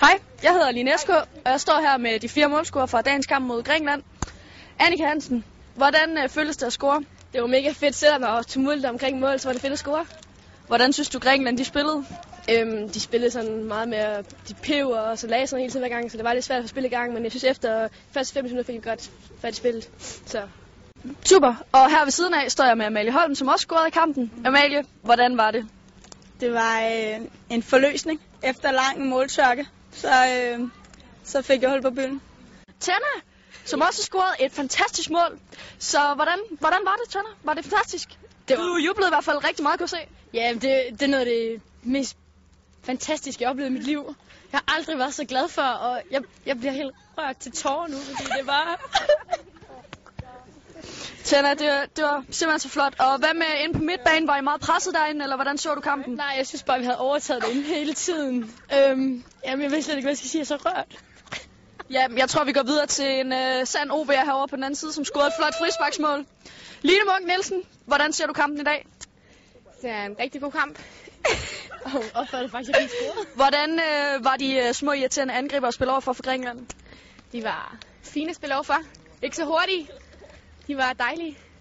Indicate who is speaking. Speaker 1: Hej, jeg hedder Line Esko, og jeg står her med de fire målscorer fra dagens kamp mod Grækenland. Annika Hansen, hvordan øh, føles det at score?
Speaker 2: Det var mega fedt, selvom der var tumult omkring mål, så var det fedt at score.
Speaker 1: Hvordan synes du, Grækenland de spillede?
Speaker 2: Øhm, de spillede sådan meget mere, de peber og så lagde sådan hele tiden hver gang, så det var lidt svært at få spillet i gang, men jeg synes efter første 5 minutter fik vi godt fat i spillet. Så
Speaker 1: Super, og her ved siden af står jeg med Amalie Holm, som også scorede i kampen. Amalie, hvordan var det?
Speaker 3: Det var øh, en forløsning efter lang måltørke, så, øh, så fik jeg hul på bylden.
Speaker 1: Tanna, som også har scoret et fantastisk mål. Så hvordan, hvordan var det, Tanna? Var det fantastisk?
Speaker 2: det
Speaker 1: Du
Speaker 2: var,
Speaker 1: jublede i hvert fald rigtig meget, kunne jeg se.
Speaker 2: ja, det, det er noget af det mest fantastiske, jeg oplevede i mit liv. Jeg har aldrig været så glad for, og jeg, jeg bliver helt rørt til tårer nu, fordi det var...
Speaker 1: Tanna, det, det var simpelthen så flot. Og hvad med inde på midtbanen? Var I meget presset derinde, eller hvordan så du kampen?
Speaker 2: Nej, jeg synes bare, vi havde overtaget det inden hele tiden. Øhm, jamen, jeg ved slet ikke, hvad jeg skal sige, jeg er så rørt.
Speaker 1: Ja, jeg tror, vi går videre til en øh, sand OB'er herovre på den anden side, som scorede et flot frisparksmål. Line Munk Nielsen, hvordan ser du kampen i dag?
Speaker 2: Det er en rigtig god kamp. og opførte faktisk rigtig scoret.
Speaker 1: Hvordan øh, var de øh, små irriterende angriber at spille over for for Grækenland?
Speaker 2: De var fine at spille overfor. Ikke så hurtige. De var dejlige.